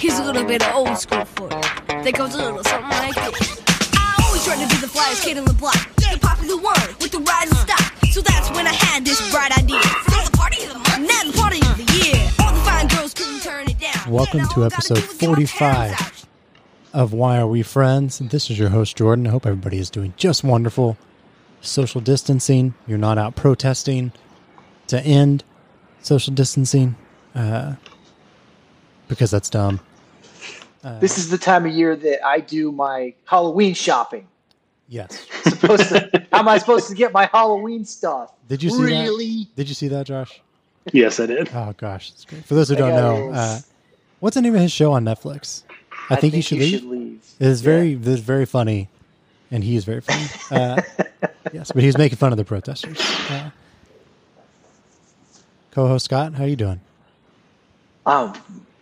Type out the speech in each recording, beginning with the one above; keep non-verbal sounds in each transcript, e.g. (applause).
get an old school foot that goes a little something like this. I always tried to be the flyest kid on the block, the popular one with the ride and stop. So that's when I had this bright idea. Now the party of the month, now the party of the year. All the fine girls couldn't turn it down. Welcome Now to all I gotta episode do is get my parents 45. out. of Why Are We Friends. This is your host, Jordan. I hope everybody is doing just wonderful. Social distancing, you're not out protesting to end social distancing uh, because that's dumb. This is the time of year that I do my Halloween shopping. Yes. Supposed to, how am I supposed to get my Halloween stuff? Did you see really? that? Did you see that, Josh? Yes, I did. Oh, gosh. it's great. For those who I don't got know, it. uh, what's the name of his show on Netflix? I, think, you should leave. It is very, it is very funny, and he is very funny. Uh, yes, but he's making fun of the protesters. Uh, co-host Scott, how you doing? Oh,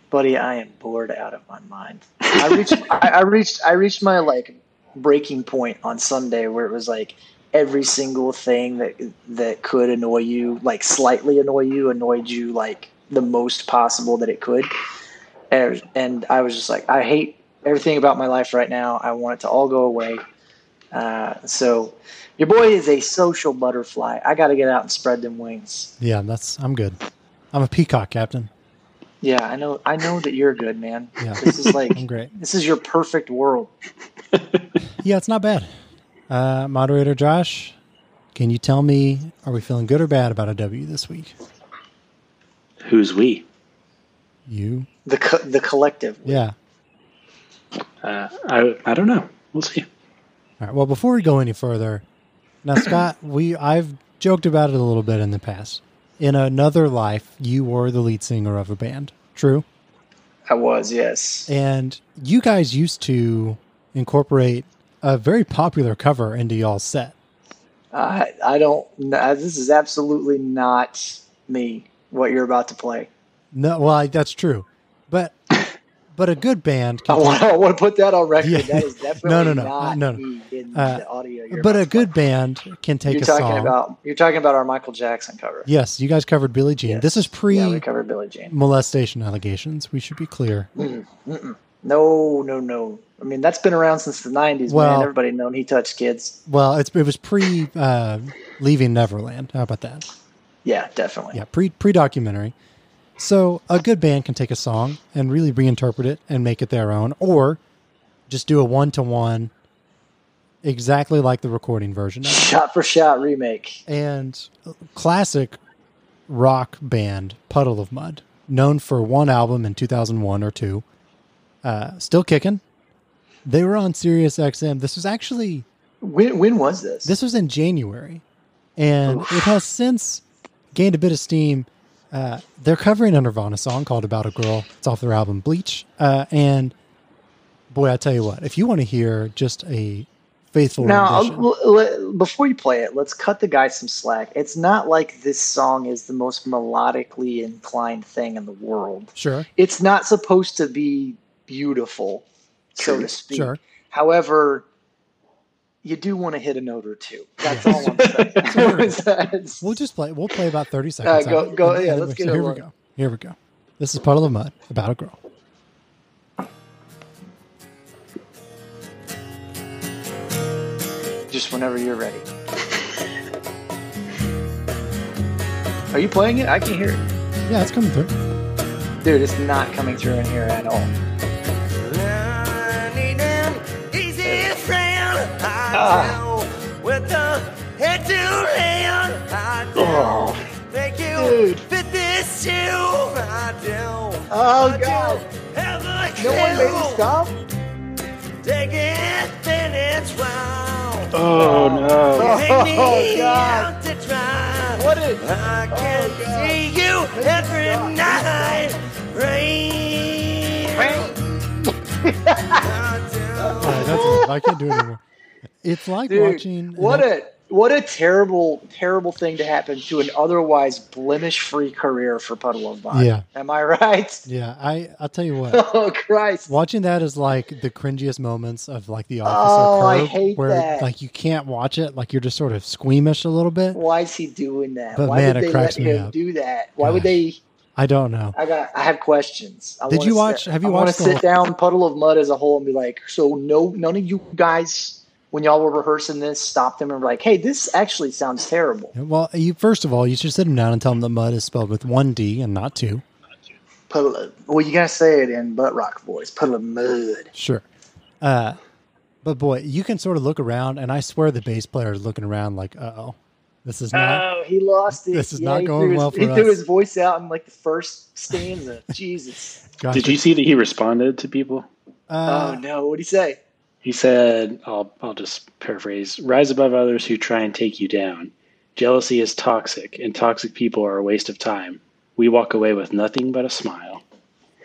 buddy, I am bored out of my mind. I reached, I, I reached, I reached my like breaking point on Sunday where it was like every single thing that that could annoy you, like slightly annoy you, annoyed you like the most possible that it could. And, and I was just like, I hate everything about my life right now. I want it to all go away. Uh, so, your boy is a social butterfly. I got to get out and spread them wings. Yeah, that's I'm good. I'm a peacock captain. Yeah, I know. I know that you're good, man. Yeah. This is like I'm great. this is your perfect world. Yeah, it's not bad. Uh, moderator Josh, can you tell me are we feeling good or bad about a W this week? Who's we? You? The co- the collective. Yeah. Uh, I I don't know. We'll see. All right. Well, before we go any further, now Scott, we I've joked about it a little bit in the past. In another life, you were the lead singer of a band. True. I was yes. And you guys used to incorporate a very popular cover into y'all's set. I Uh, I don't. kn- This is absolutely not me. What you're about to play. No, well, I, that's true, (laughs) but but a good band, I can want, I want to put that on record. Yeah. That is (laughs) definitely No, no, no, not no, no. me in Uh, the audio. You're but about a to play. good band can take You're a talking song. about you're talking about our Michael Jackson cover. yes, you guys covered Billie Jean. This is Yes. pre Yeah, we covered Billie Jean. molestation allegations. We should be clear. Mm, mm-mm. No, no, no. I mean, that's been around since the '90s, Well- man. Everybody known he touched kids. Well, it's it was pre uh, leaving Neverland. How about that? Yeah, definitely. Yeah, pre pre documentary. So a good band can take a song and really reinterpret it and make it their own, or just do a one to one, exactly like the recording version. Of it. shot for shot remake. and classic rock band Puddle of Mud, known for one album in 2001 or two, uh, still kicking. They were on Sirius XM. This was actually When when was this? this was in January, and Oh. it has since gained a bit of steam. Uh, they're covering a Nirvana song called "About a Girl." It's off their album Bleach, uh, and boy, I tell you what, if you want to hear just a faithful now, rendition, l- l- before you play it, let's cut the guy some slack. It's not like this song is the most melodically inclined thing in the world. sure, It's not supposed to be beautiful, so to speak. sure, However, you do want to hit a note or two. That's all I'm (laughs) saying. That's- We'll just play. We'll play about thirty seconds. Uh, go- of it. go- And- yeah, and let's so get it Here we rolling. go. Here we go. This is puddle of mud about a girl. just whenever you're ready. Are you playing it? I can hear it. Yeah, it's (laughs) coming through. Dude, it's not coming through in here at all. Ah. Oh. Dude. Oh, God. No one made me stop? (laughs) Oh no! Oh, God. What is. I can Oh, God. see you every God. Ah. night. Rain. Yeah, that's it. I can't do it anymore. It's like Dude, watching. what an- a. What a terrible, terrible thing to happen to an otherwise blemish-free career for Puddle of Mud. Yeah. am I right? yeah, I I'll tell you what. (laughs) Oh Christ! Watching that is like the cringiest moments of like the office Oh, or I Curb, hate where that. like you can't watch it. Like you're just sort of squeamish a little bit. Why is he doing that? But Why man, would it they cracks let me him up. do that? Why would Gosh. they? I don't know. I got. I have questions. I Did wanna you watch- sit- have you I watched the- Want to sit down, puddle of mud as a whole, and be like, so no, none of you guys, when y'all were rehearsing this, stopped them and were like, hey, this actually sounds terrible. Well, you first of all, you should sit him down and tell him that mud is spelled with one D and not two. Puddle of, well, you gotta say it in butt rock voice. Puddle of mud. Sure. Uh, but boy, you can sort of look around, and I swear the bass player is looking around like, "Uh oh, this is Uh, not." Oh, he lost it. This is not he going threw his, well for He us. threw his voice out in like the (laughs) first stanza. Jesus. Gotcha. Did you see that he responded to people? Uh, oh no, what'd he say? He said, I'll, I'll just paraphrase rise above others who try and take you down. Jealousy is toxic, and toxic people are a waste of time. We walk away with nothing but a smile.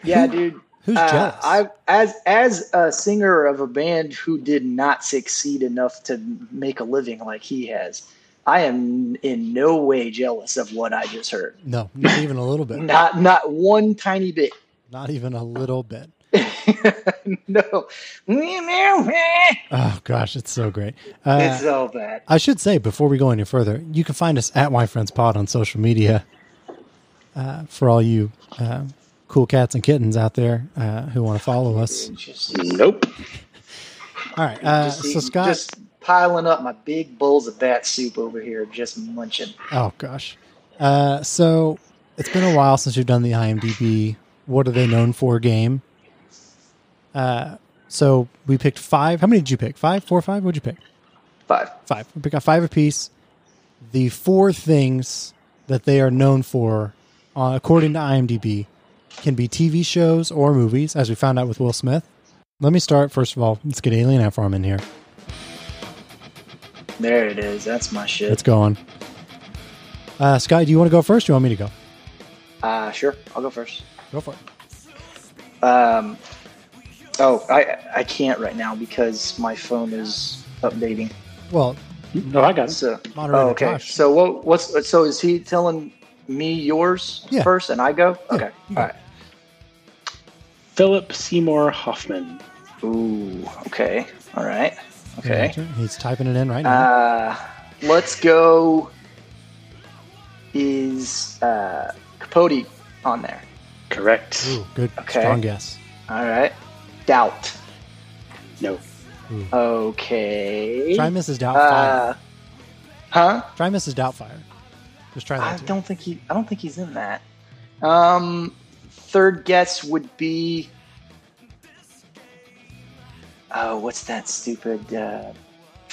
Yeah, dude. Who's Uh, jealous? I as as a singer of a band who did not succeed enough to make a living like he has, I am in no way jealous of what I just heard. no, not even a little bit. (laughs) Not not one tiny bit. (laughs) Not even a little bit. no, it's Oh gosh, it's so great. Uh, so bad. I should say before we go any further, you can find us at Why Friends Pod on social media. Uh, for all you uh, cool cats and kittens out there uh, who want to follow us. Just, Nope. All right. Uh, just so eating- Scott, just piling up my big bowls of bat soup over here, just munching. Oh gosh. Uh, so it's been a while since you've done the IMDb. What are they known for? Game. Uh, so we picked five. How many did you pick? Five, four, five. What'd you pick? Five. Five. We picked five apiece. The four things that they are known for, uh, according to IMDb, can be TV shows or movies, as we found out with Will Smith. Let me start first of all. Let's get Alien Ant Farm in here. There it is. That's my It's shit. going. Uh, Sky, do you want to go first? Or do you want me to go? Uh, sure, I'll go first. Go for it. Um, oh, I I can't right now because my phone is updating. Well, No, I got it. So, Moderator oh, okay. Josh. So what? What's so? Is he telling me yours Yeah. first, and I go? Yeah, Okay. you go. All right. Philip Seymour Hoffman. Ooh. Okay. All right. Okay. Gotcha. He's typing it in right now. Uh, Mm-hmm. let's go. Is uh, Capote on there? Correct. Ooh, good. okay. Strong guess. All right. Doubt. No. Okay. Hmm. Try Mrs. Doubtfire. uh, huh? try Mrs. Doubtfire. Just try that. I too. don't think he. I don't think he's in that. Um, third guess would be. Oh, what's that stupid? Uh,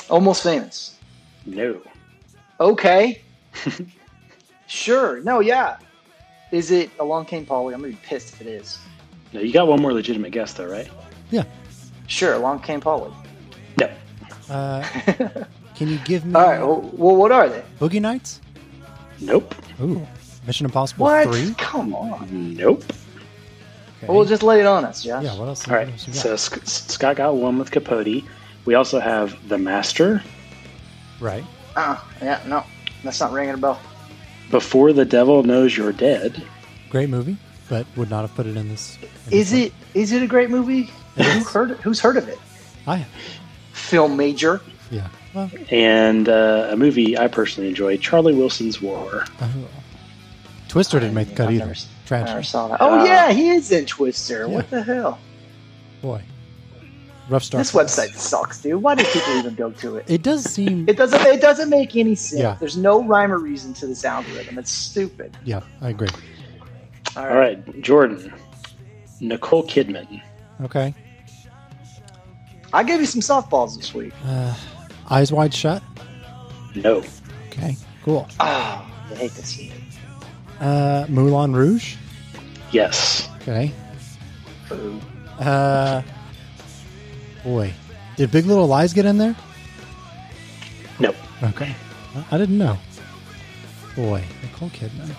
almost famous. No. (laughs) Okay. sure. No. Yeah. Is it along came Polly? I'm gonna be pissed if it is. No, you got one more legitimate guess, though, right? Sure. Along came Polly. (laughs) No. Uh, can you give me All right. Well, well, what are they? Boogie Nights? Nope. Ooh, Mission Impossible What? Three. Come on. Nope. Okay. Well, just lay it on us, Josh. yeah. What else? All right. what else you got? So Sc- Scott got one with Capote. We also have The Master, right. Uh, yeah. No. That's not ringing a bell. Before the Devil Knows You're Dead. Great movie, but would not have put it in this. in Is this it? Is it a great movie? It Who is. heard? Who's heard of it? one. I film major. yeah. Well, and uh, a movie I personally enjoy, Charlie Wilson's War. uh, Twister didn't make the cut I've either. never s- I never Tragic. saw that. Oh Uh, yeah, he is in Twister. What the hell? Boy. Rough start. This for us. website sucks, dude. Why do people even go to it? It does seem. (laughs) It doesn't. It doesn't make any sense. Yeah. There's no rhyme or reason to this algorithm. It's stupid. yeah, I agree. All All right. right, Jordan, Nicole Kidman. Okay. I gave you some softballs this week. Uh, eyes wide shut. No, Okay. Cool. Oh, I hate this unit. Uh, Moulin Rouge. yes, Okay. Uh, boy, did Big Little Lies get in there? no. Okay, I didn't know. Boy, Nicole Kidman.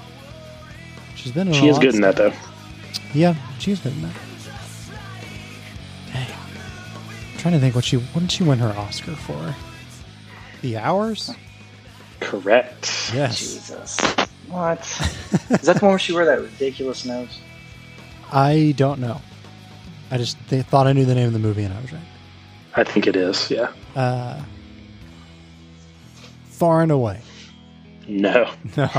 She's been in. She a is lot good in that though. Yeah, she is good in that. Dang. I'm trying to think what she what did she win her Oscar for? The Hours. Correct. Yes, Jesus. (laughs) What? is that the one where she wore that ridiculous nose? I don't know. I just they thought I knew the name of the movie and I was right. I think it is. Yeah. (laughs) Uh, far and away. No. No,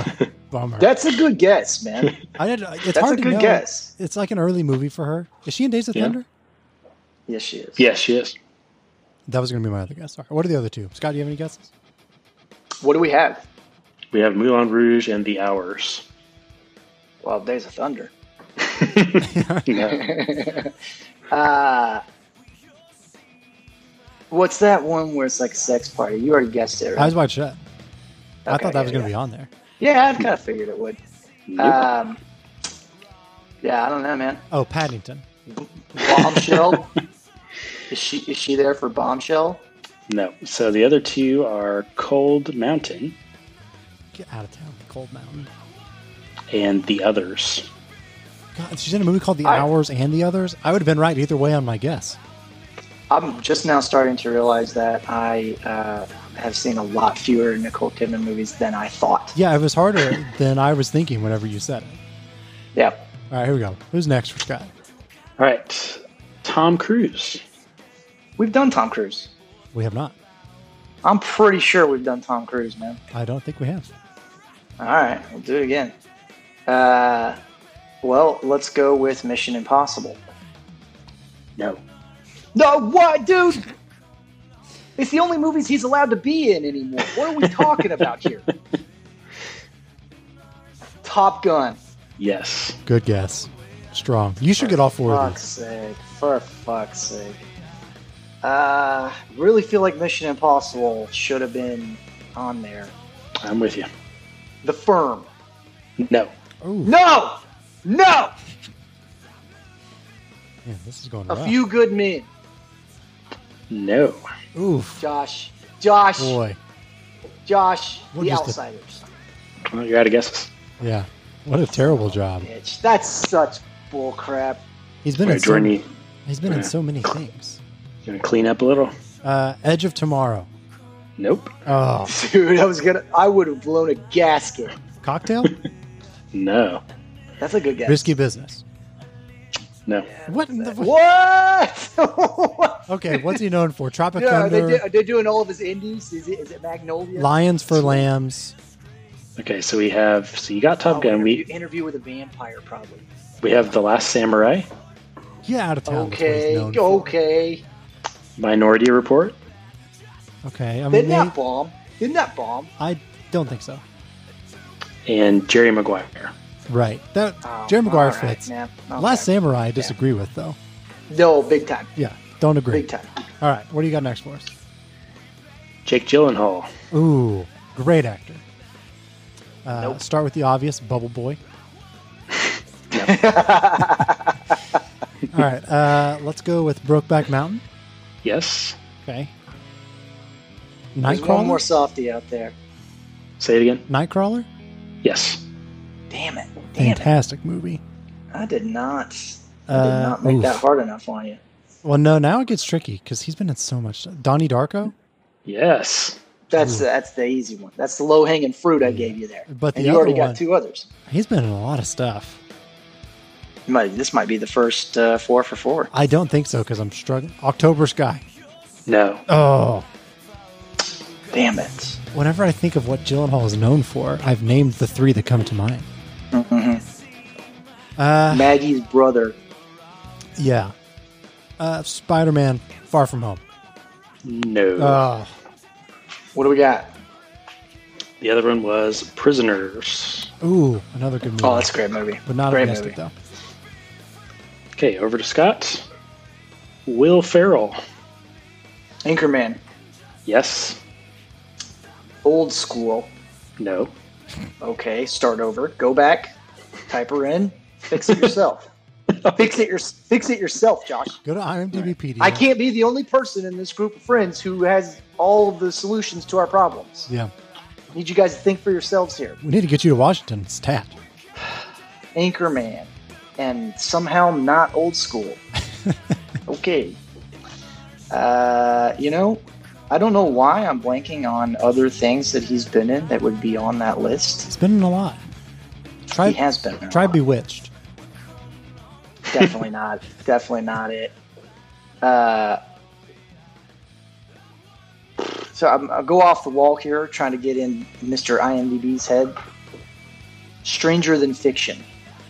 bummer. That's a good guess, (laughs) man. I did, it's That's a hard to good know. guess. It's like an early movie for her. Is she in Days of Yeah. Thunder? Yes, she is. Yes, she is. That was going to be my other guess. Sorry. What are the other two? Scott, do you have any guesses? What do we have? We have Moulin Rouge and (laughs) The Hours. Well, Days of Thunder. (laughs) No. Uh, what's that one where it's like a sex party? You already guessed it, right? Eyes Wide Shut. I Okay, thought that yeah, was going to yeah. be on there. Yeah, I kind of figured it would. Nope. Um, yeah, I don't know, man. Oh, Paddington. (laughs) Bombshell. is she is she there for Bombshell? no. So the other two are Cold Mountain Get out of town. Cold Mountain. and The Others. God, she's in a movie called The I- Hours and the Others. I would have been right either way on my guess. I'm just now starting to realize that I uh, have seen a lot fewer Nicole Kidman movies than I thought. Yeah, it was harder than I was thinking whenever you said it. Yeah. All right, here we go. Who's next for Scott? All right. Tom Cruise. We've done Tom Cruise. We have not. I'm pretty sure we've done Tom Cruise, man. I don't think we have. All right, we'll do it again. Uh, well, let's go with Mission Impossible. No. No, what, dude? It's the only movies he's allowed to be in anymore. What are we talking about (laughs) here? Top Gun. Yes. Good guess. Strong. You should get all four of Fuck's these. sake. For fuck's sake. Uh, really feel like Mission Impossible should have been on there. I'm with you. The Firm. No. Oh, No! No! man, this is going A rough. Few Good Men. No. Oof, Josh. Josh. boy. Josh. We're the just a- Outsiders. Well, you're out of guesses. Yeah. What a terrible job. Bitch. That's such bullcrap. (laughs) He's been All in right, Jordan, so, you, he's been in yeah. so many things. you want to clean up a little? Uh, Edge of Tomorrow. Nope. Oh, Dude, I was gonna. I would have blown a gasket. (laughs) cocktail. No. That's a good guess. Risky business. No. What? In the, What? (laughs) what? Okay, what's he known for? Tropic Yeah, are, they uh, Thunder, do, are they doing all of his indies? Is it, is it Magnolia? Lions for Lambs. Okay, so we have so you got Oh, Top Gun. interview, We interview with a vampire, probably. we have The Last Samurai, Get out of town. that's what he's okay, known for. okay. Minority Report, Okay, I mean, Didn't that they, bomb? Didn't that bomb? I don't think so. and Jerry Maguire. Right. That Oh, Jerry Maguire all right, fits. man. Okay. Last Samurai, I disagree with though. No, big time, Yeah, don't agree. big time. All right, what do you got next for us? Jake Gyllenhaal. Ooh, great actor. Uh, Nope. Start with the obvious, Bubble (laughs) Boy. All right, uh, let's go with Brokeback Mountain. Yes. Okay. There's one more Nightcrawler. softy out there. Say it again. Nightcrawler. Yes. Damn it! Damn it! Fantastic movie. I did not. I did Uh, not make that oof. hard enough on you. Well, no, now it gets tricky because he's been in so much. stuff. Donnie Darko, Yes. That's that's the easy one. That's the low hanging fruit I gave you there. But and the you already other one- got two others. he's been in a lot of stuff. You might- this might be the first uh, four for four. I don't think so because I'm struggling. October Sky. No. Oh, Damn it! whenever I think of what Gyllenhaal is known for, I've named the three that come to mind. Uh, Mm-hmm. Maggie's brother. yeah. Uh, Spider Man Far From Home. No. Oh, What do we got? the other one was Prisoners. ooh, another good movie. Oh, that's a great movie. Would not have great guessed movie. it though. Okay, over to Scott. Will Ferrell. Anchorman, Yes. old school. No. Okay, start over. Go back. Type her in. Fix (laughs) it yourself. fix it your fix it yourself, Josh. Go to IMDbpedia. I can't be the only person in this group of friends who has all of the solutions to our problems. Yeah, Need you guys to think for yourselves here. we need to get you to Washington. It's Tat. Anchorman, and somehow not (laughs) old school. okay. Uh, you know, I don't know why I'm blanking on other things that he's been in that would be on that list. It's been in a lot. Try, he has been. in a try lot. Bewitched. definitely not. Definitely not it. Uh, So I'm, I'll go off the wall here, trying to get in Mr. IMDb's head. Stranger than fiction.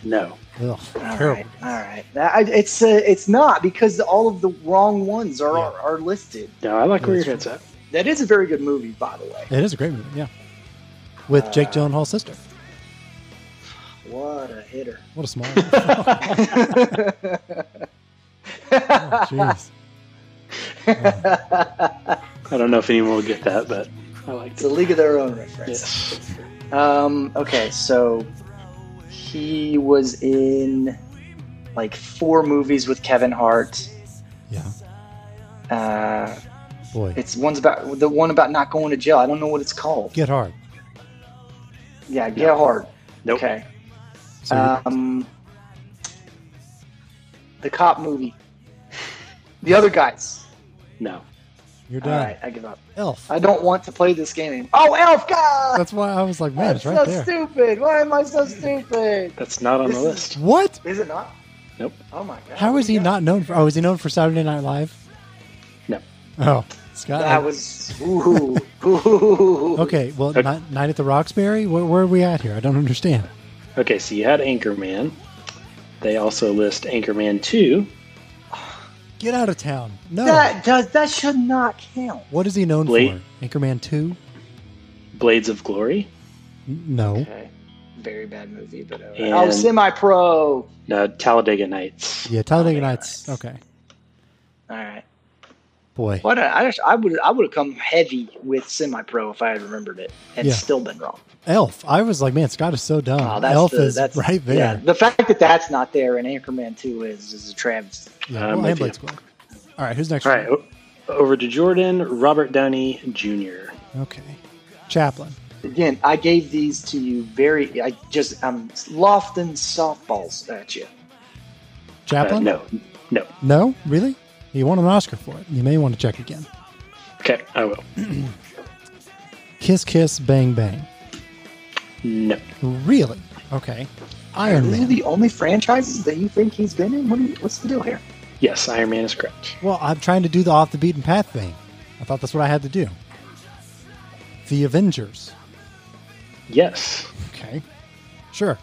No. Ugh, All terrible. right, all right. That- I- It's uh, it's not because all of the wrong ones are are, are listed. No, I like where your That's head's at. That is a very good movie, by the way. It is a great movie, yeah. With Jake Uh, Gyllenhaal's sister. What a (laughs) hitter! (laughs) What a small. oh, Jeez. I don't know if anyone will get that, but I liked It's a it. League of Their Own reference. Yes. Um, okay, so he was in like four movies with Kevin Hart. yeah, Uh, boy, it's one's about the one about not going to jail. I don't know what it's called. get hard. Yeah, Get Hard. Nope. Okay. So Um, the cop movie. The other guys. No. you're All done. right, I give up. Elf. I don't want to play this game. anymore. Oh, Elf! God, That's why I was like, man, it's that's right so there. stupid. Why am I so stupid? That's not on the This is- list. What? Is it not? Nope. Oh my god. How is he Yeah. not known for? Oh, is he known for Saturday Night Live? No. Oh, Scott. That was ooh, ooh. okay, well, Okay. Night, Night at the Roxbury? Where, where are we at here? I don't understand. Okay, so you had Anchorman. They also list Anchorman 2. Get out of town. No. That does that should not count. what is he known Blade- for? Anchorman 2? Blades of Glory. No. Okay. Very bad movie, but all right. And- oh, semi-pro. All No, uh, Talladega Nights. Yeah, Talladega Talladega Nights. Nights. Okay. right. Boy. What I just, I would I would have come heavy with semi-pro if I had remembered it, and Yeah. still been wrong. Elf. I was like, man, Scott is so dumb. Oh, Elf is right there. yeah, Yeah. the fact that that's not there in Anchorman Two is is a travesty. I'm well, and with Blade you. Squad. All right, who's next? All right, o- over to Jordan, Robert Downey Jr. Okay. Chaplin. Again, I gave these to you very. I just um, I'm lofting softballs at you. Uh, Chaplin? no, Uh, no. No? Really? He won an Oscar for it. You may want to check again. Okay, I will. Kiss Kiss Bang Bang. No. Really? Okay. Are Iron these Man. the only franchises that you think he's been in? What do you, what's the deal here? Yes, Iron Man is correct. Well, I'm trying to do the off the beaten path thing. I thought that's what I had to do. The Avengers. Yes. Okay. Sure.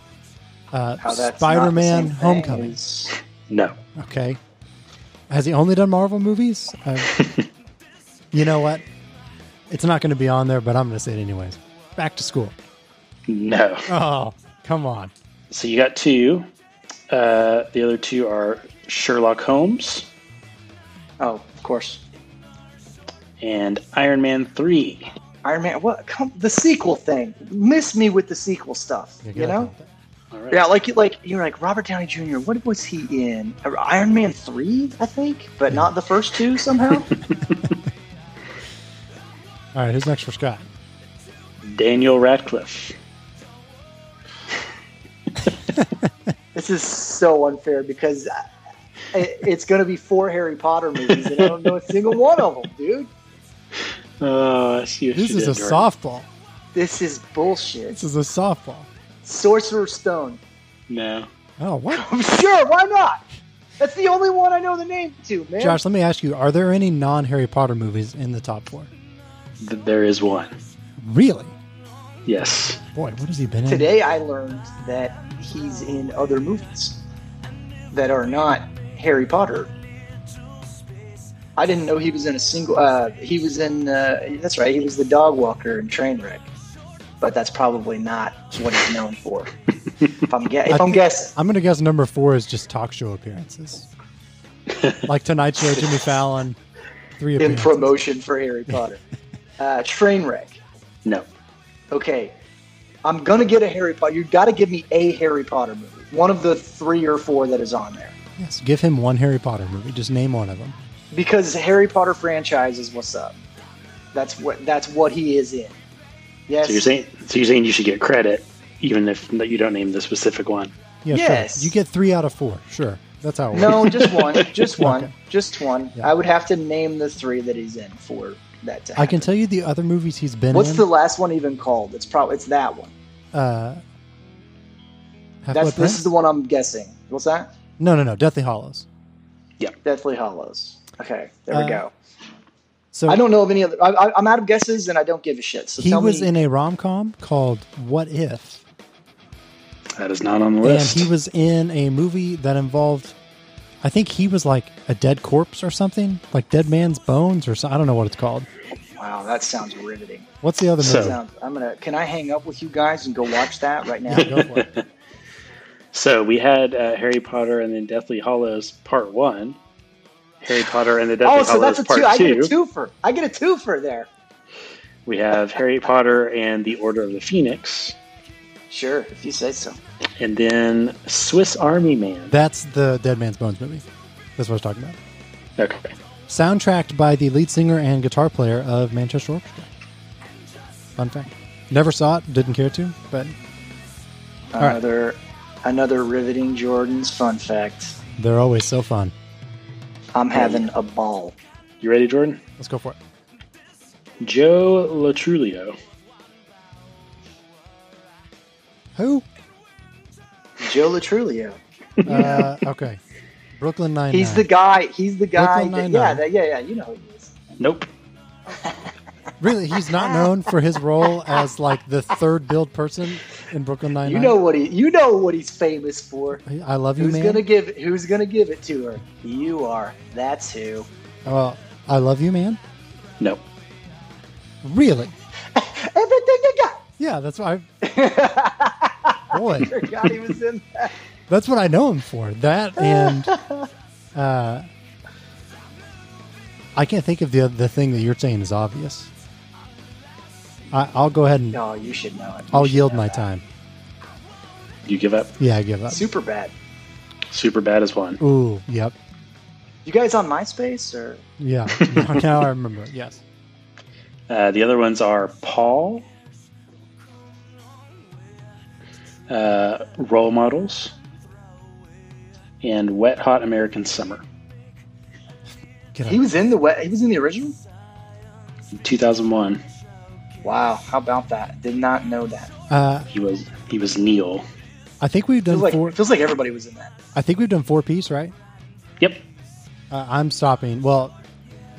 Uh, How that's not the Spider Man same thing Homecoming. is- No. Okay. Has he only done Marvel movies? (laughs) Uh, you know what? It's not going to be on there, but I'm going to say it anyways. Back to school. No. Oh, come on. So you got two. Uh, the other two are Sherlock Holmes Oh, of course. and Iron Man 3. Iron Man. What? Come the sequel thing. Miss me with the sequel stuff. You're You gonna know? count that. All right. Yeah, like you like you're like Robert Downey Jr. What was he in? Iron Man three, I think, but not the first two (laughs) somehow. All right, who's next for Scott? Daniel Radcliffe. this is so unfair because I- it, it's going to be four Harry Potter movies, and I don't know a single one of them, dude. Oh, I see what This you is did, a Jordan. softball. This is bullshit. This is a softball. Sorcerer's Stone. No. Oh, (laughs) what? sure, why not? That's the only one I know the name to, man. Josh, let me ask you: Are there any non-Harry Potter movies in the top four? Th- there is one. Really? Yes. Boy, what has he been in? Today I learned that he's in other movies that are not Harry Potter. I didn't know he was in a single. Uh, he was in. Uh, that's right. He was the dog walker in Trainwreck, but that's probably not what he's known for. if I'm, gue- if I'm guessing, I'm gonna guess number four is just talk show (laughs) appearances, like Tonight Show, Jimmy Fallon, three in appearances. promotion for Harry Potter, uh, Trainwreck. No. Okay, I'm gonna get a Harry Potter. You got to give me a Harry Potter movie. One of the three or four that is on there. Yes, give him one Harry Potter movie. Just name one of them. because Harry Potter franchise is what's up. That's what that's what he is in. Yes. So you're saying so you're saying you should get credit even if that you don't name the specific one. Yeah, sure. Yes. You get three out of four. Sure, that's how it works. no, (laughs) just one, just one, Okay. just one. Yeah. I would have to name the three that he's in for that to happen. I can tell you the other movies he's been What's in. the last one even called? It's probably it's that one. uh, Half That's Blood this Prince? is the one I'm guessing. What's that? No, no, no. Deathly Hollows. Deathly Hollows. Okay, there Uh, we go. So I don't know of any other. I, I, I'm out of guesses, and I don't give a shit. So he tell was me, in a rom com called What If, That is not on the and list. he was in a movie that involved. I think he was like a dead corpse or something, like dead man's bones or so, I don't know what it's called. Wow, that sounds riveting. What's the other So- movie? Sounds, I'm gonna. Can I hang up with you guys and go watch that right now? Go for (laughs) it. So we had uh, Harry Potter and then Deathly Hollows Part One, Harry Potter and the Deathly oh, so Hollows that's a Part two. I get a two. twofer. I get a twofer there. We have Harry Potter and the Order of the Phoenix, Sure, if you say so. and then Swiss Army Man. That's the Dead Man's Bones movie. That's what I was talking about. okay, Soundtracked by the lead singer and guitar player of Manchester Orchestra. Fun fact. Never saw it, didn't care to, but right. Another, another riveting Jordan's fun fact. they're always so fun. I'm having a ball. you ready, Jordan? Let's go for it. Joe Latrulio. Who? Joe Latrulio. Uh, okay. Brooklyn Nine. He's the guy. He's the guy. Brooklyn That, yeah, Nine-Nine. that, yeah, yeah. You know who he is. Nope. really. He's not known for his role as like the third build person in Brooklyn Nine. You know what he. You know what he's famous for. I love you, Who's man. gonna give it? Who's gonna give it to her? You are. That's who. Well, Oh, I love you, man. Nope. Really? Everything you got. Yeah, that's why. (laughs) I... Boy, Forgot he was in that. (laughs) that's what I know him for. That and uh, I can't think of the the thing that you're saying is obvious. I, I'll go ahead and No, you should know it. You I'll should yield know my that. time. You give up. Yeah, I give up. Super bad. Super bad as one. Ooh, yep, You guys on MySpace or? (laughs) yeah. now, now I remember. it. Yes. Uh, the other ones are Paul, uh, Role Models, and Wet Hot American Summer. Get He up. was in the wet. He was in the original. 2001, Wow, how about that? Did not know that. Uh, he was he was Neil. I think we've done Feels like four. feels like everybody was in that. I think we've done four piece, right? Yep. Uh, I'm stopping. Well,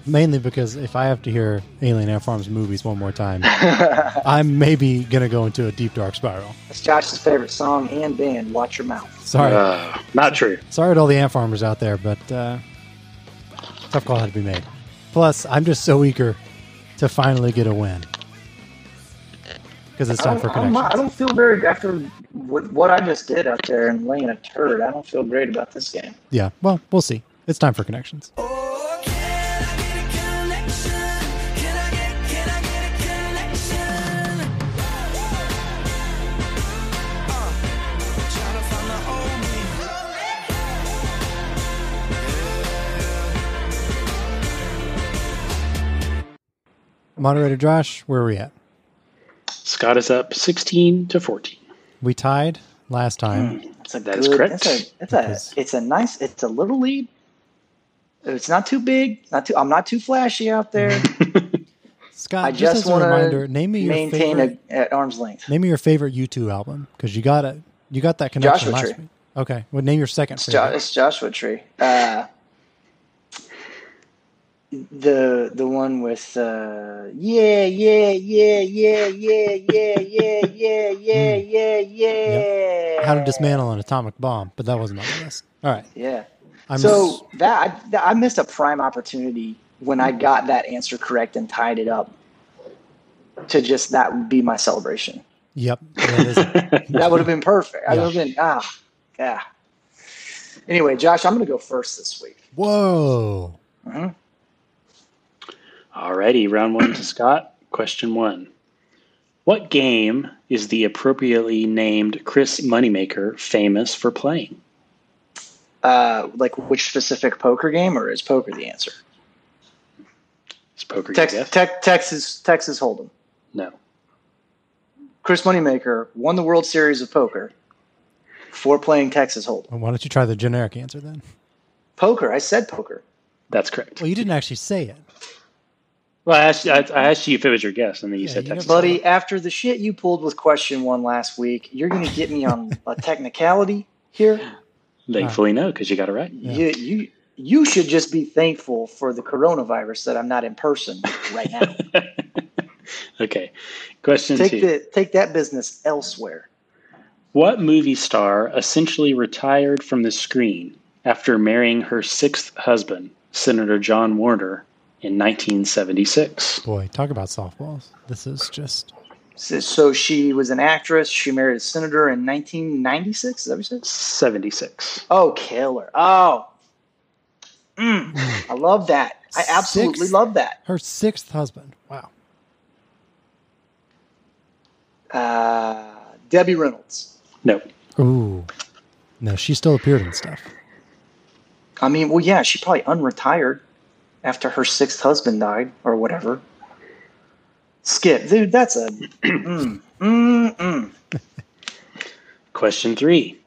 mainly because if I have to hear Alien Air Farms movies one more (laughs) time, I'm maybe gonna go into a deep dark spiral. That's Josh's favorite song and band. Watch your mouth. Sorry, Uh, not true. sorry to all the ant farmers out there, but uh, tough call had to be made. Plus, I'm just so eager to finally get a win because it's time for I don't, connection. I don't feel very after what, what I just did out there and laying a turd. I don't feel great about this game. Yeah, well, we'll see. It's time for connections. Moderator Josh, where are we at? Scott is up 16 to 14. We tied last time. It's a That good, is correct. It's a, it's Because- a, it's a nice, it's a little lead. It's not too big. Not too. I'm not too flashy out there. Scott, I just, just as want a reminder, to name me your maintain favorite. a, at arm's length. Name me your favorite U two album because you got it. You got that connection Joshua last Tree. week. Okay, well, name your second It's, jo- favorite. it's Joshua Tree. Uh, the the one with uh, yeah yeah yeah yeah yeah yeah yeah (laughs) yeah yeah yeah yeah. Hmm. How to dismantle an atomic bomb, but that wasn't on the list. All right, Yeah. I'm so that I, that I missed a prime opportunity when I got that answer correct and tied it up. To just that would be my celebration. Yep. that is it. That would have been perfect. (laughs) I Yeah. would have been ah yeah. Anyway, Josh, I'm going to go first this week. Whoa. Alrighty, round one to Scott. Question one. What game is the appropriately named Chris Moneymaker famous for playing? uh, like which specific poker game, or is poker the answer? Is poker your Tex- guess? Tex- Texas, Texas Hold'em. no. Chris Moneymaker won the World Series of Poker for playing Texas Hold'em. Well, why don't you try the generic answer then? Poker. I said poker. That's correct. Well, you didn't actually say it. Well, I asked, I, I asked you if it was your guess, and then you Yeah, said you Texas. never- Buddy, after the shit you pulled with question one last week, you're going to get me on a technicality here. Thankfully, no, because you got it right. You, you, you should just be thankful for the coronavirus that I'm not in person right (laughs) now. okay. Question take two. the take that business elsewhere. What movie star essentially retired from the screen after marrying her sixth husband, Senator John Warner, in 1976? Boy, talk about softballs. This is just So, so she was an actress. She married a senator in 1996. Is that what you said? 76. Oh, killer! Oh, Mm. (laughs) I love that. I absolutely Six. love that. her sixth husband. Wow. Uh, Debbie Reynolds. No. Ooh. No, she still appeared in stuff. I mean, well, yeah, she probably unretired after her sixth husband died or whatever. Skip, dude, that's a mm, mm, mm. Question three.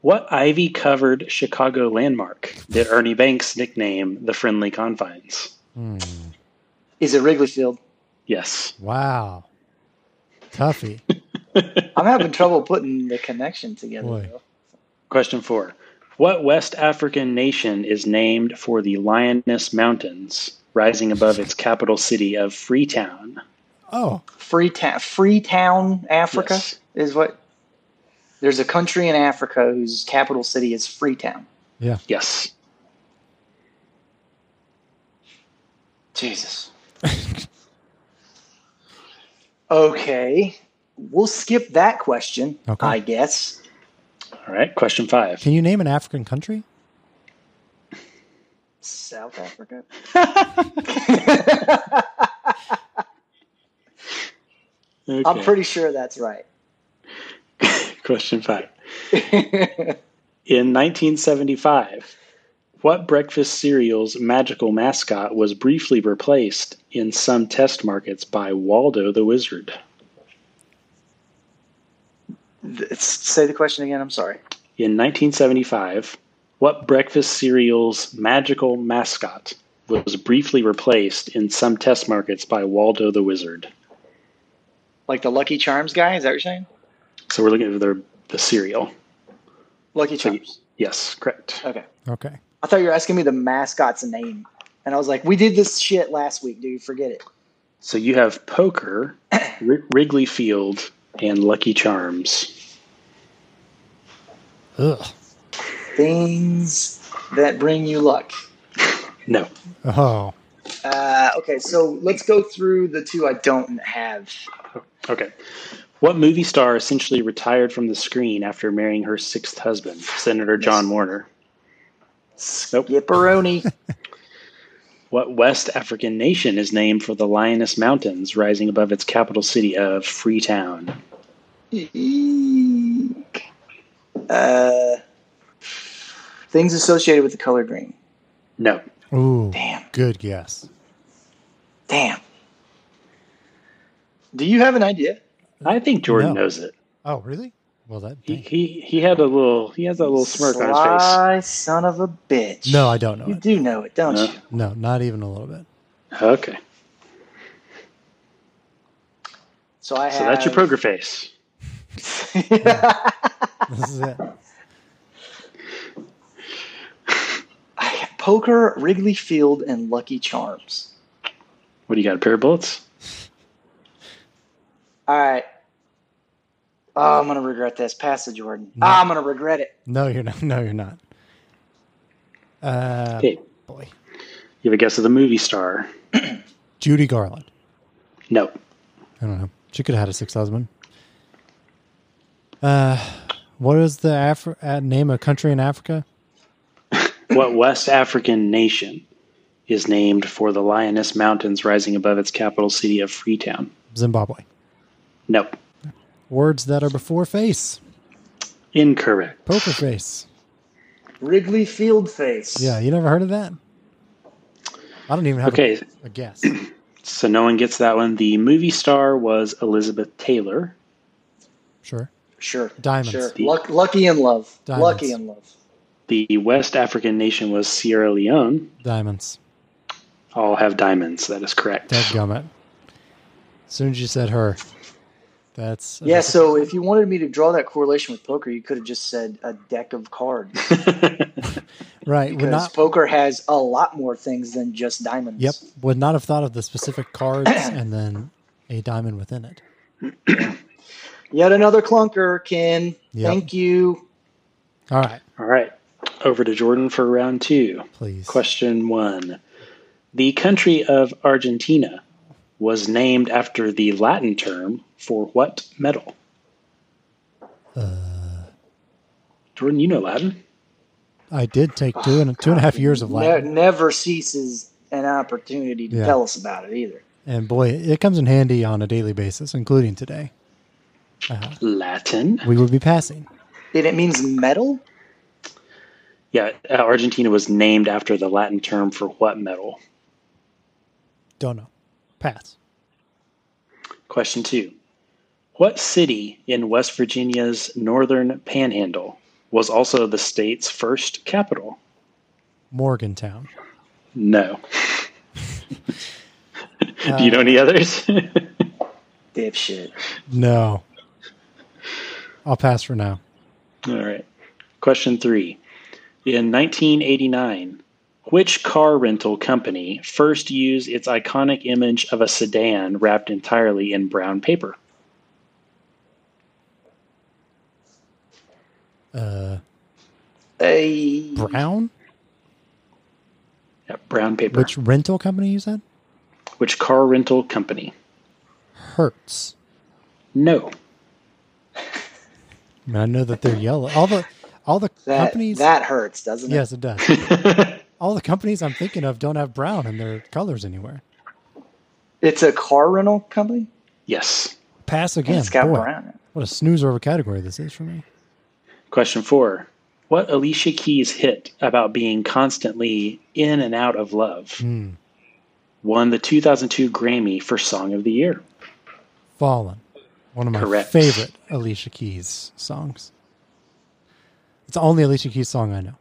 What ivy covered Chicago landmark did Ernie Banks nickname the Friendly Confines? Hmm. Is it Wrigley Field? Yes. Wow. Toughy. I'm having trouble putting the connection together. Boy. though. Question four. What West African nation is named for the Lioness Mountains rising above its capital city of Freetown? Oh, Free town, free town, Africa Yes. is what. There's a country in Africa whose capital city is Freetown. Yes. Jesus. (laughs) okay, we'll skip that question, Okay. I guess. All right. Question five. can you name an African country? South Africa. (laughs) I'm Okay. pretty sure that's right. (laughs) Question five. In 1975, what breakfast cereal's magical mascot was briefly replaced in some test markets by Waldo the Wizard? Th- Say the question again. I'm sorry. In 1975, what breakfast cereal's magical mascot was briefly replaced in some test markets by Waldo the Wizard? Like the Lucky Charms guy? Is that what you're saying? So we're looking at the, the cereal. Lucky Charms. Yes, correct. Okay. Okay. I thought you were asking me the mascot's name, and I was like, "We did this shit last week, dude. Forget it." So you have Poker, Wri- Wrigley Field, and Lucky Charms. Ugh. Things that bring you luck. No. Oh. Uh, okay, so let's go through the two I don't have. Okay. What movie star essentially retired from the screen after marrying her sixth husband, Senator John Warner? Nope. (laughs) Skipperoni. What West African nation is named for the Lioness Mountains rising above its capital city of Freetown? Eek. uh, things associated with the color green. No. Ooh. Damn. Good guess. Damn. Do you have an idea? I think Jordan No. knows it. Oh, really? Well, that. He, dang. he he had a little he has a little smirk Sly on his face. son of a bitch. No, I don't know You it. do know it, don't No. you? No, not even a little bit. Okay. So I have. So that's your poker face. program. (laughs) This is it. (laughs) Poker, Wrigley Field, and Lucky Charms. What do you got? A pair of bullets? All right. Oh, I'm gonna regret this. Pass to Jordan. Ah, I'm gonna regret it. No, you're not. No, you're not. Uh, Okay. boy. You have a guess of the movie star? Judy Garland. No. I don't know. She could have had a sixth husband. Uh, what is the Afri- uh, name of country in Africa? (laughs) what West African nation is named for the Lioness Mountains rising above its capital city of Freetown? Zimbabwe. No. Words that are before face. Incorrect. Poker face. Wrigley Field face. Yeah, you never heard of that? I don't even have Okay, a, a guess. (clears throat) so no one gets that one. The movie star was Elizabeth Taylor. Sure. Sure. Diamonds. Sure. The- Luck, lucky in love. Diamonds. Lucky in love. The West African nation was Sierra Leone. Diamonds. All have diamonds. That is correct. Dead gummit. As soon as you said her. That's Yeah, so if you wanted me to draw that correlation with poker, you could have just said a deck of cards right. Would because not poker has a lot more things than just diamonds. yep would not have thought of the specific (clears throat) cards and then a diamond within it. Yet another clunker, Ken. Yep. Thank you. All right, (laughs) All right. Over to Jordan for round two. please. Question one The country of Argentina was named after the Latin term for what metal? Jordan, you know Latin. I did take two and two and a half years of Ne- Latin, never ceases an opportunity to Yeah. tell us about it either. and boy, it comes in handy on a daily basis, including today. Latin? We would be passing. And it means metal? Yeah, uh, Argentina was named after the Latin term for what metal? Don't know. Pass. Question two What city in West Virginia's northern panhandle was also the state's first capital? Morgantown. No. (laughs) Do you know any others? (laughs) Dipshit. No. I'll pass for now. All right. Question three. In 1989, which car rental company first used its iconic image of a sedan wrapped entirely in brown paper? Uh, Hey. Brown? Yeah, brown paper. Which Which, rental company you said? car rental company? Hertz. No. (laughs) I mean, I know that they're yellow. All the all the That, companies. that hurts, doesn't it? yes, it does. all the companies I'm thinking of don't have brown in their colors anywhere. It's a car rental company? Yes. Pass And again. it's got Boy, brown. What a snoozer of a category this is for me. Question four. What Alicia Keys hit about being constantly in and out of love Hmm. won the 2002 Grammy for Song of the Year? Fallen. One of my Correct. favorite Alicia Keys songs. It's the only Alicia Keys song (clears throat) I know.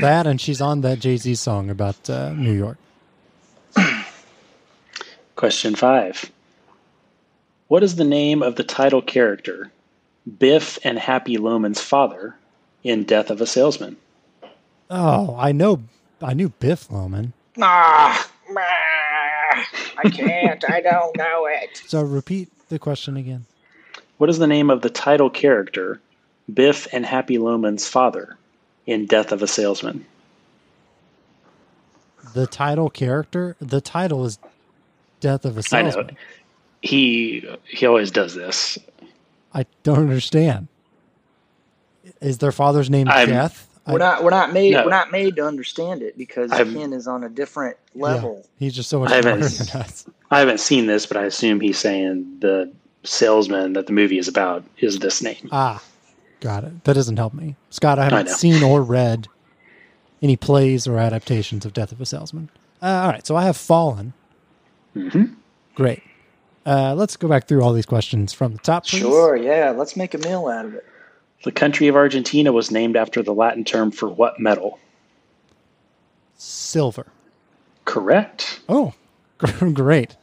that and she's on that Jay Z song about uh, New York. Question five. What is the name of the title character, Biff and Happy Loman's father, in Death of a Salesman? Oh, I know. I knew Biff Loman. Ah, meh, I can't. I don't know it. (laughs) So repeat the question again. What is the name of the title character, Biff and Happy Loman's father, in Death of a Salesman? The title character. The title is "Death of a I know. Salesman." He he always does this. I, don't understand. Is their father's name I'm- Death? I- We're not we're not made No. we're not made to understand it because I'm- Ken is on a different yeah, level. he's just so much I haven't smarter s- than us. I haven't seen this, but I assume he's saying the salesman that the movie is about is this name. Ah, got it. That doesn't help me, Scott. I haven't know. seen or read any plays or adaptations of Death of a Salesman. Uh, all right, so I have fallen. Great. Uh, let's go back through all these questions from the top. Please. Sure, yeah, let's make a meal out of it. The country of Argentina was named after the Latin term for what metal? Silver. Correct. Oh, (laughs) great.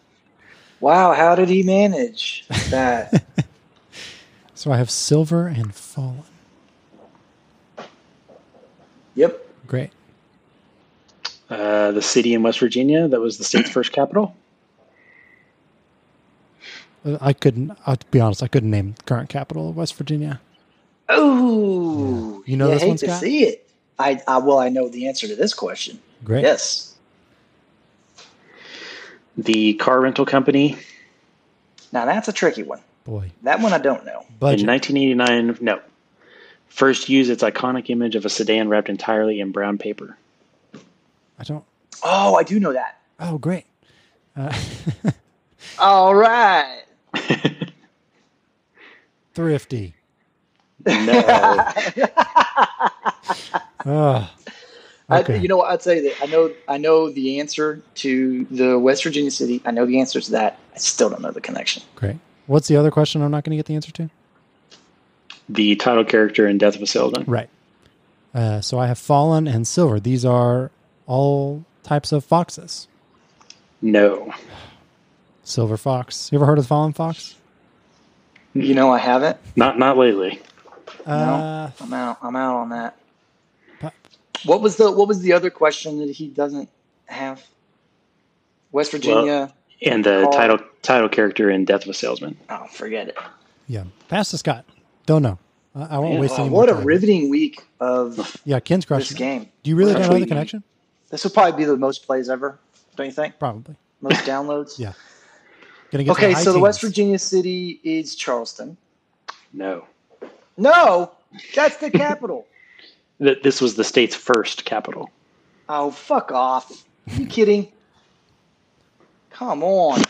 Wow, how did he (laughs) manage that? So I have silver and fallen. yep. Great. Uh, the city in West Virginia that was the state's first capital. Uh, I couldn't. I'll be honest. I couldn't name the current capital of West Virginia. Oh, You know this hate one, to Scott? see it. I, I well, I know the answer to this question. Great. Yes, The car rental company now that's a tricky one. Boy. That one I don't know. Budget. in 1989. No, first used its iconic image of a sedan wrapped entirely in brown paper. I don't. Oh, I do know that. Oh, great. Uh, (laughs) All right, thrifty. No, Ugh. I, Okay. you know what? I'd say that I know I know the answer to the West Virginia city. I know the answer to that. I still don't know the connection. Great. What's the other question I'm not going to get the answer to? the title character in Death of a Salesman. Right. Uh, so I have fallen and silver. These are all types of foxes. No, Silver fox. You ever heard of the fallen fox? You know, I haven't. Not not lately. Uh, I'm out. I'm out on that. But- What was the What was the other question that he doesn't have? West Virginia. And the Oh. title title character in Death of a Salesman. oh, forget it. yeah. Fastest Scott. Don't know. I, I won't Man, waste Oh, any what a more time. riveting week of Yeah, Ken's this crushing. it. game. Do you really We're don't know the actually- connection? This will probably be the most plays ever. Don't you think? Probably. (laughs) Most downloads. Yeah. Gonna get to Okay, high so the West teens. Virginia city is Charleston. No. No, that's the capital. Th- This was the state's first capital. oh, fuck off. Are you kidding? Come on.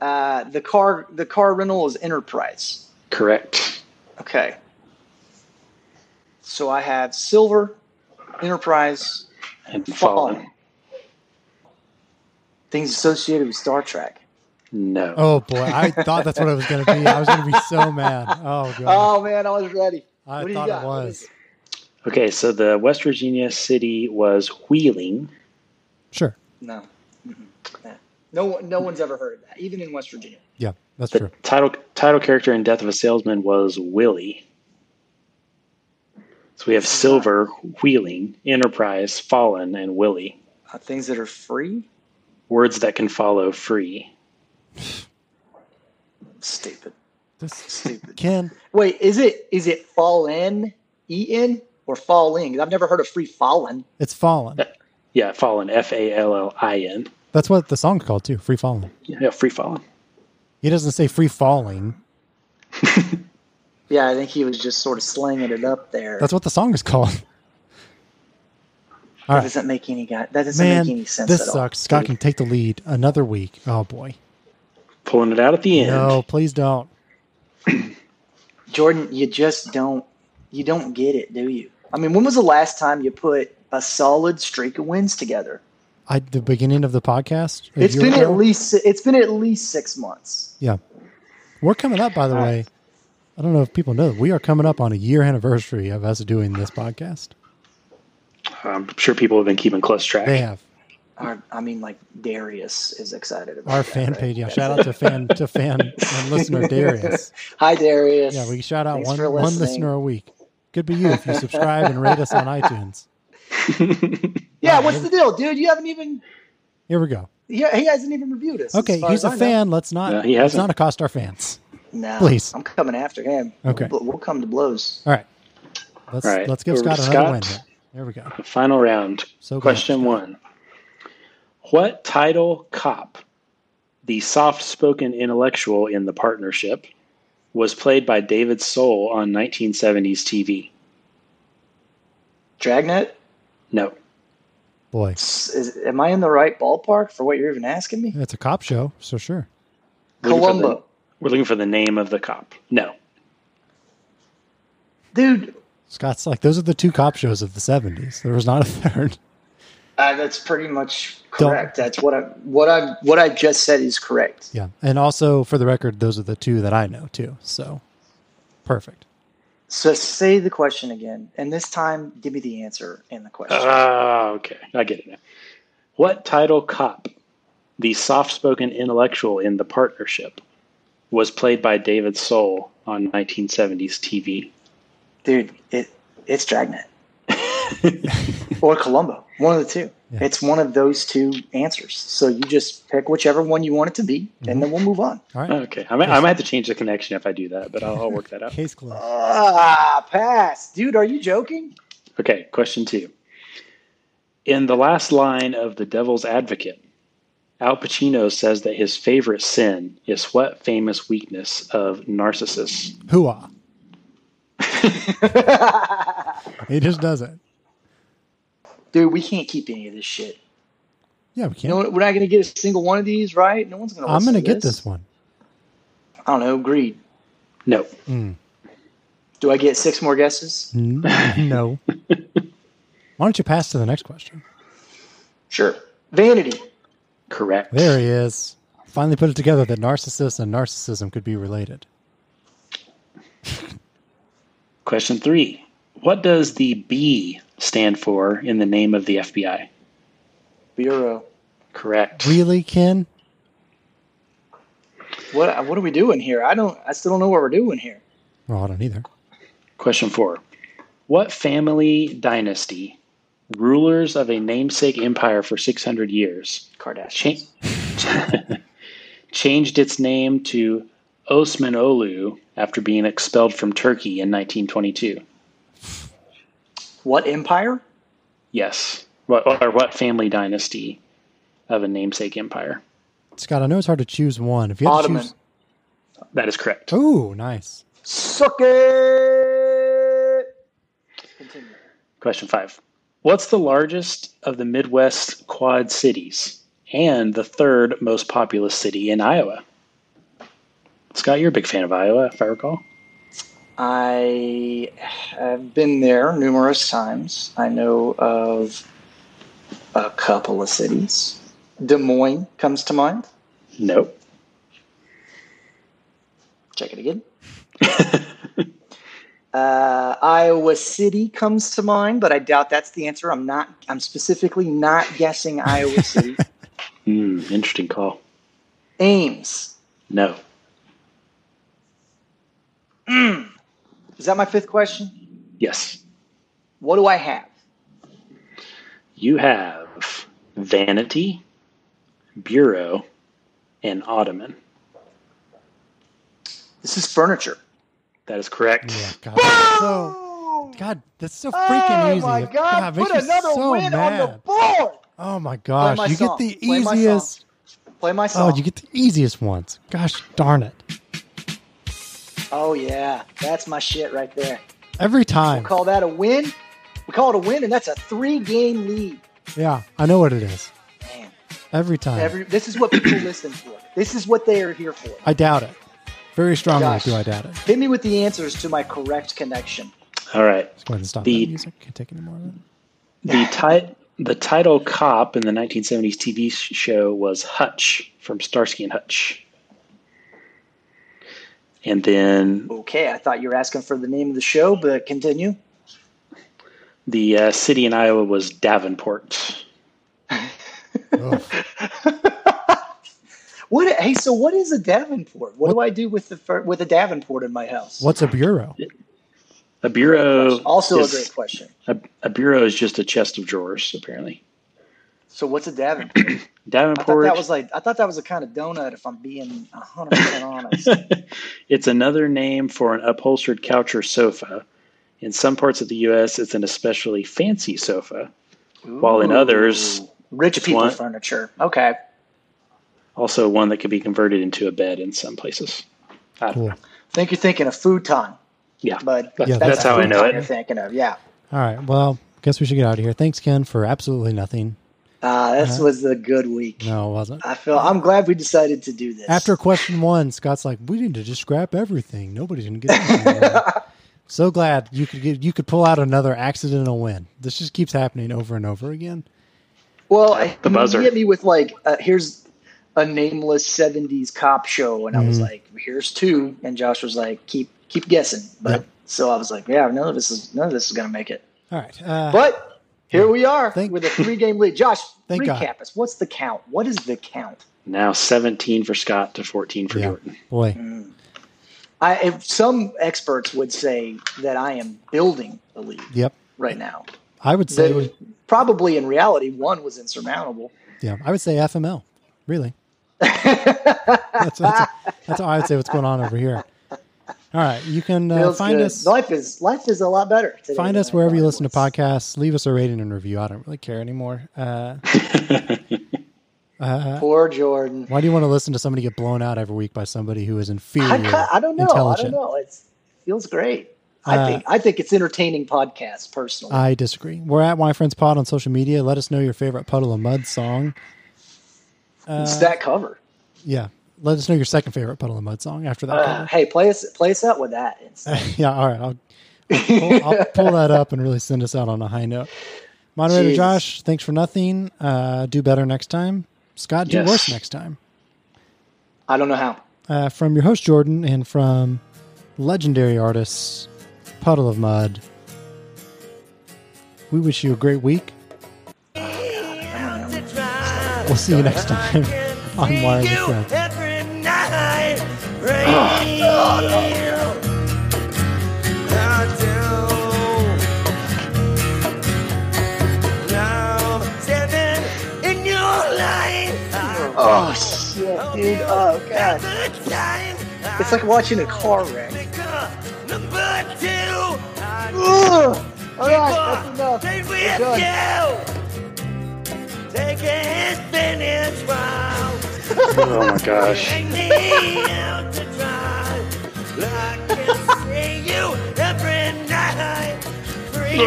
Uh, the car the car rental is Enterprise. Correct. Okay. So I have Silver, Enterprise, And Fallen. Fallen. Things associated with Star Trek. No. Oh boy, I thought that's what it was gonna be. I was gonna be (laughs) so mad. Oh god, Oh man, I was ready. I what do you thought got? it What was. is Okay, so the West Virginia city was Wheeling. Sure, No. Mm-mm. Nah. No, one- no one's ever heard of that, even in West Virginia. yeah, that's The true. title title character in Death of a Salesman was Willie. So we have Silver, Wheeling, Enterprise, Fallen, and Willie. Uh, things that are free? Words that can follow free. Stupid. This Stupid. Ken, Wait, is it is it fallen E N or falling? 'Cause I've never heard of free fallen. it's fallen. Yeah, Fallen, F A L L I N. That's what the song's called too. Free falling. Yeah, Free Fallen. He doesn't say free falling. Yeah, I think he was just sort of slinging it up there. That's what the song is called. All that right, doesn't make any guy. That doesn't man, make any sense this at sucks. Scott can take the lead another week. Oh boy, Pulling it out at the end. no, please don't. all. Jordan, you just don't you don't get it, do you? I mean, when was the last time you put a solid streak of wins together? I the beginning of the podcast. a It's year been at ago? least it's been at least six months. Yeah. We're coming up, by the way. I don't know if people know, we are coming up on a year anniversary of us doing this podcast. I'm sure people have been keeping close track. They have Our, I mean, like Darius is excited about our that, fan right? page. Yeah, shout out to fan to fan and listener Darius. (laughs) Hi, Darius. Yeah, we shout out Thanks one for one listening. listener a week. Could be you if you subscribe and rate us (laughs) on iTunes. (laughs) Yeah, what's the deal, dude? You haven't even Here we go. Yeah, he hasn't even reviewed us. as Okay, far he's as a I fan. Let's not No, he let's hasn't. not accost our fans. know. No, Please. I'm coming after him. Okay. But we'll come to blows. All right. Let's All right, let's give over to Scott another Scott. win here. There we go. Final round. So good. Question one. What title cop, the soft spoken intellectual in the partnership, was played by David Soul on 1970s TV? Dragnet, No. Boy. S- is, am I in the right ballpark for what you're even asking me? It's a cop show, so sure. Looking for the- Columbo, We're looking for the name of the cop. No. dude. Scott's like, those are the two cop shows of the 70s. There was not a (laughs) third. Uh, that's pretty much Don't- correct. That's what I what I what I just said is correct. Yeah. And also, for the record, those are the two that I know too. So perfect. So say the question again, and this time give me the answer in the question. Ah, okay. I get it now. What title cop, the soft spoken intellectual in the partnership, was played by David Soul on 1970s TV? dude, it it's Dragnet (laughs) or Columbo, one of the two. Yeah. It's one of those two answers. So you just pick whichever one you want it to be, and Mm-hmm. then we'll move on. All right. Okay. I might, I might have to change the connection if I do that, but I'll, I'll work that out. Case closed. Ah, pass, dude. Are you joking? (laughs) Okay, question two. In the last line of The Devil's Advocate, Al Pacino says that his favorite sin is what famous weakness of narcissists? Hooah. he just does it. Dude, we can't keep any of this shit. Yeah, we can't. You know, what? we're not going to get a single one of these, right? No one's going to. I'm going to get this one. I don't know. Greed. No. Do I get six more guesses? N- No. Why don't you pass to the next question? Sure. Vanity. Correct. There he is. Finally put it together that narcissists and narcissism could be related. Question three. What does the B stand for in the name of the FBI? Bureau. Correct. Really, Ken? What what are we doing here? I don't. I still don't know what we're doing here. Well, I don't either. Question four What family dynasty, rulers of a namesake empire for 600 years, cha- Kardashians. (laughs) changed its name to Osmanolu after being expelled from Turkey in 1922? What empire? Yes. What, or what family dynasty of a namesake empire? Scott, I know it's hard to choose one. If you had Ottoman. to choose, That is correct. oh, nice. Suck it. Continue. Question five What's the largest of the Midwest quad cities and the third most populous city in Iowa? Scott, you're a big fan of Iowa, if I recall. I have been there numerous times. I know of a couple of cities. Des Moines comes to mind. Nope. Check it (laughs) again. uh, Iowa City comes to mind, but I doubt that's the answer. I'm not. I'm specifically not guessing Iowa (laughs) City. Hmm, interesting call. Ames. No. Is that my fifth question? Yes. What do I have? You have Vanity, Bureau, and Ottoman. This is furniture. That is correct. Yeah, God, that's so God, that's so freaking easy. Oh my it God! makes Put me another so win mad. on the board. Oh my Play gosh, my you song. get the Play my song. easiest. Play my song. Oh, you get the easiest ones. Gosh darn it! Oh yeah, that's my shit right there. Every We time. call that a win. We call it a win, and that's a three-game lead. Yeah, I know what it is. Man, Every time. every this is what people listen for. This is what they are here for. I doubt it. Very strongly Gosh. do I doubt it. Hit me with the answers to my correct connection. All right. Let's go ahead and stop The- that music. Can't take any more of it. The, (laughs) ti- the title cop in the 1970s TV show was Hutch from Starsky and Hutch. And then Okay, I thought you were asking for the name of the show, but continue. the uh, city in Iowa was Davenport. (laughs) Oof. What? Hey, so what is a Davenport? What, do I do with the fir- with a Davenport in my house? What's a bureau? A bureau Also is- a great question. A, a bureau is just a chest of drawers, apparently. So what's a Davenport? I thought Davenport. that (laughs) was like I thought that was a kind of donut. If I'm being 100 percent honest. it's another name for an upholstered couch or sofa. In some parts of the U.S., it's an especially fancy sofa, while in others, Rich people one- furniture. Okay. also one that can be converted into a bed in some places. I don't Cool. know. think you're thinking of futon, Yeah, bud. that's, Yeah, that's- that's how I know futon You're it. thinking of yeah. All right. Well, guess we should get out of here. Thanks, Ken, for absolutely nothing. Uh, this Uh-huh. was a good week. No, it wasn't. I feel I'm glad we decided to do this. After question one, Scott's like, "We need to just scrap everything. Nobody's gonna get." anything right." (laughs) so glad you could get you could pull out another accidental win. This just keeps happening over and over again. well, I- the buzzer. You hit me with like uh, here's a nameless '70s cop show, and I was Mhm. like, here's two, and Josh was like, keep keep guessing, but. Yep. So I was like, "Yeah, none of this is none of this is gonna make it." All right. Uh, But here we are Thank- with a three-game lead. Josh, Thank recap God. us. What's the count? What is the count? Now 17 for Scott to 14 for Yeah. Jordan. boy, I, if some experts would say that I am building a lead yep. right now. I would That say, probably in reality, one was insurmountable. yeah, I would say FML. Really, that's, (laughs) uh, that's, that's how I would say what's going on over here. All right, you can uh, Feels find good. us. Life is life is a lot better. Today Find than us I wherever you thought it listen to was. podcasts. Leave us a rating and review. I don't really care anymore. (laughs) Uh, uh, Poor Jordan. why do you want to listen to somebody get blown out every week by somebody who is inferior? I, ca- I don't know. I don't Intelligent. know. It's, it feels great. Uh, I think I think it's entertaining podcast personally. I disagree. We're at My Friends Pod on social media. Let us know your favorite Puddle of Mud song. uh, it's that cover. Yeah. Let us know your second favorite Puddle of Mud song after that. Uh, Uh, hey, play us play us out with that. (laughs) instead. yeah, all right. I'll, (laughs) I'll, pull, I'll pull that up and really send us out on a high note. Moderator Jesus. Josh, thanks for nothing. Uh, do better next time. Scott, do Yes. worse next time. I don't know how. Uh, from your host, Jordan, and from legendary artists, Puddle of Mud, we wish you a great week. Out to dry. We'll see you next time on See (laughs) Wireless you Friends. every night. Oh, Now I'm standing in your line. Oh shit, dude. Oh god. It's like watching a car wreck. Number two. Ugh. All right, that's enough. Take me We're done. you. Take his finish round. Oh my gosh. Hang me out to dry. I can see you every night. Free. Oh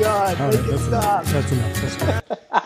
god, All we right, can that's stop. enough. That's enough. That's enough.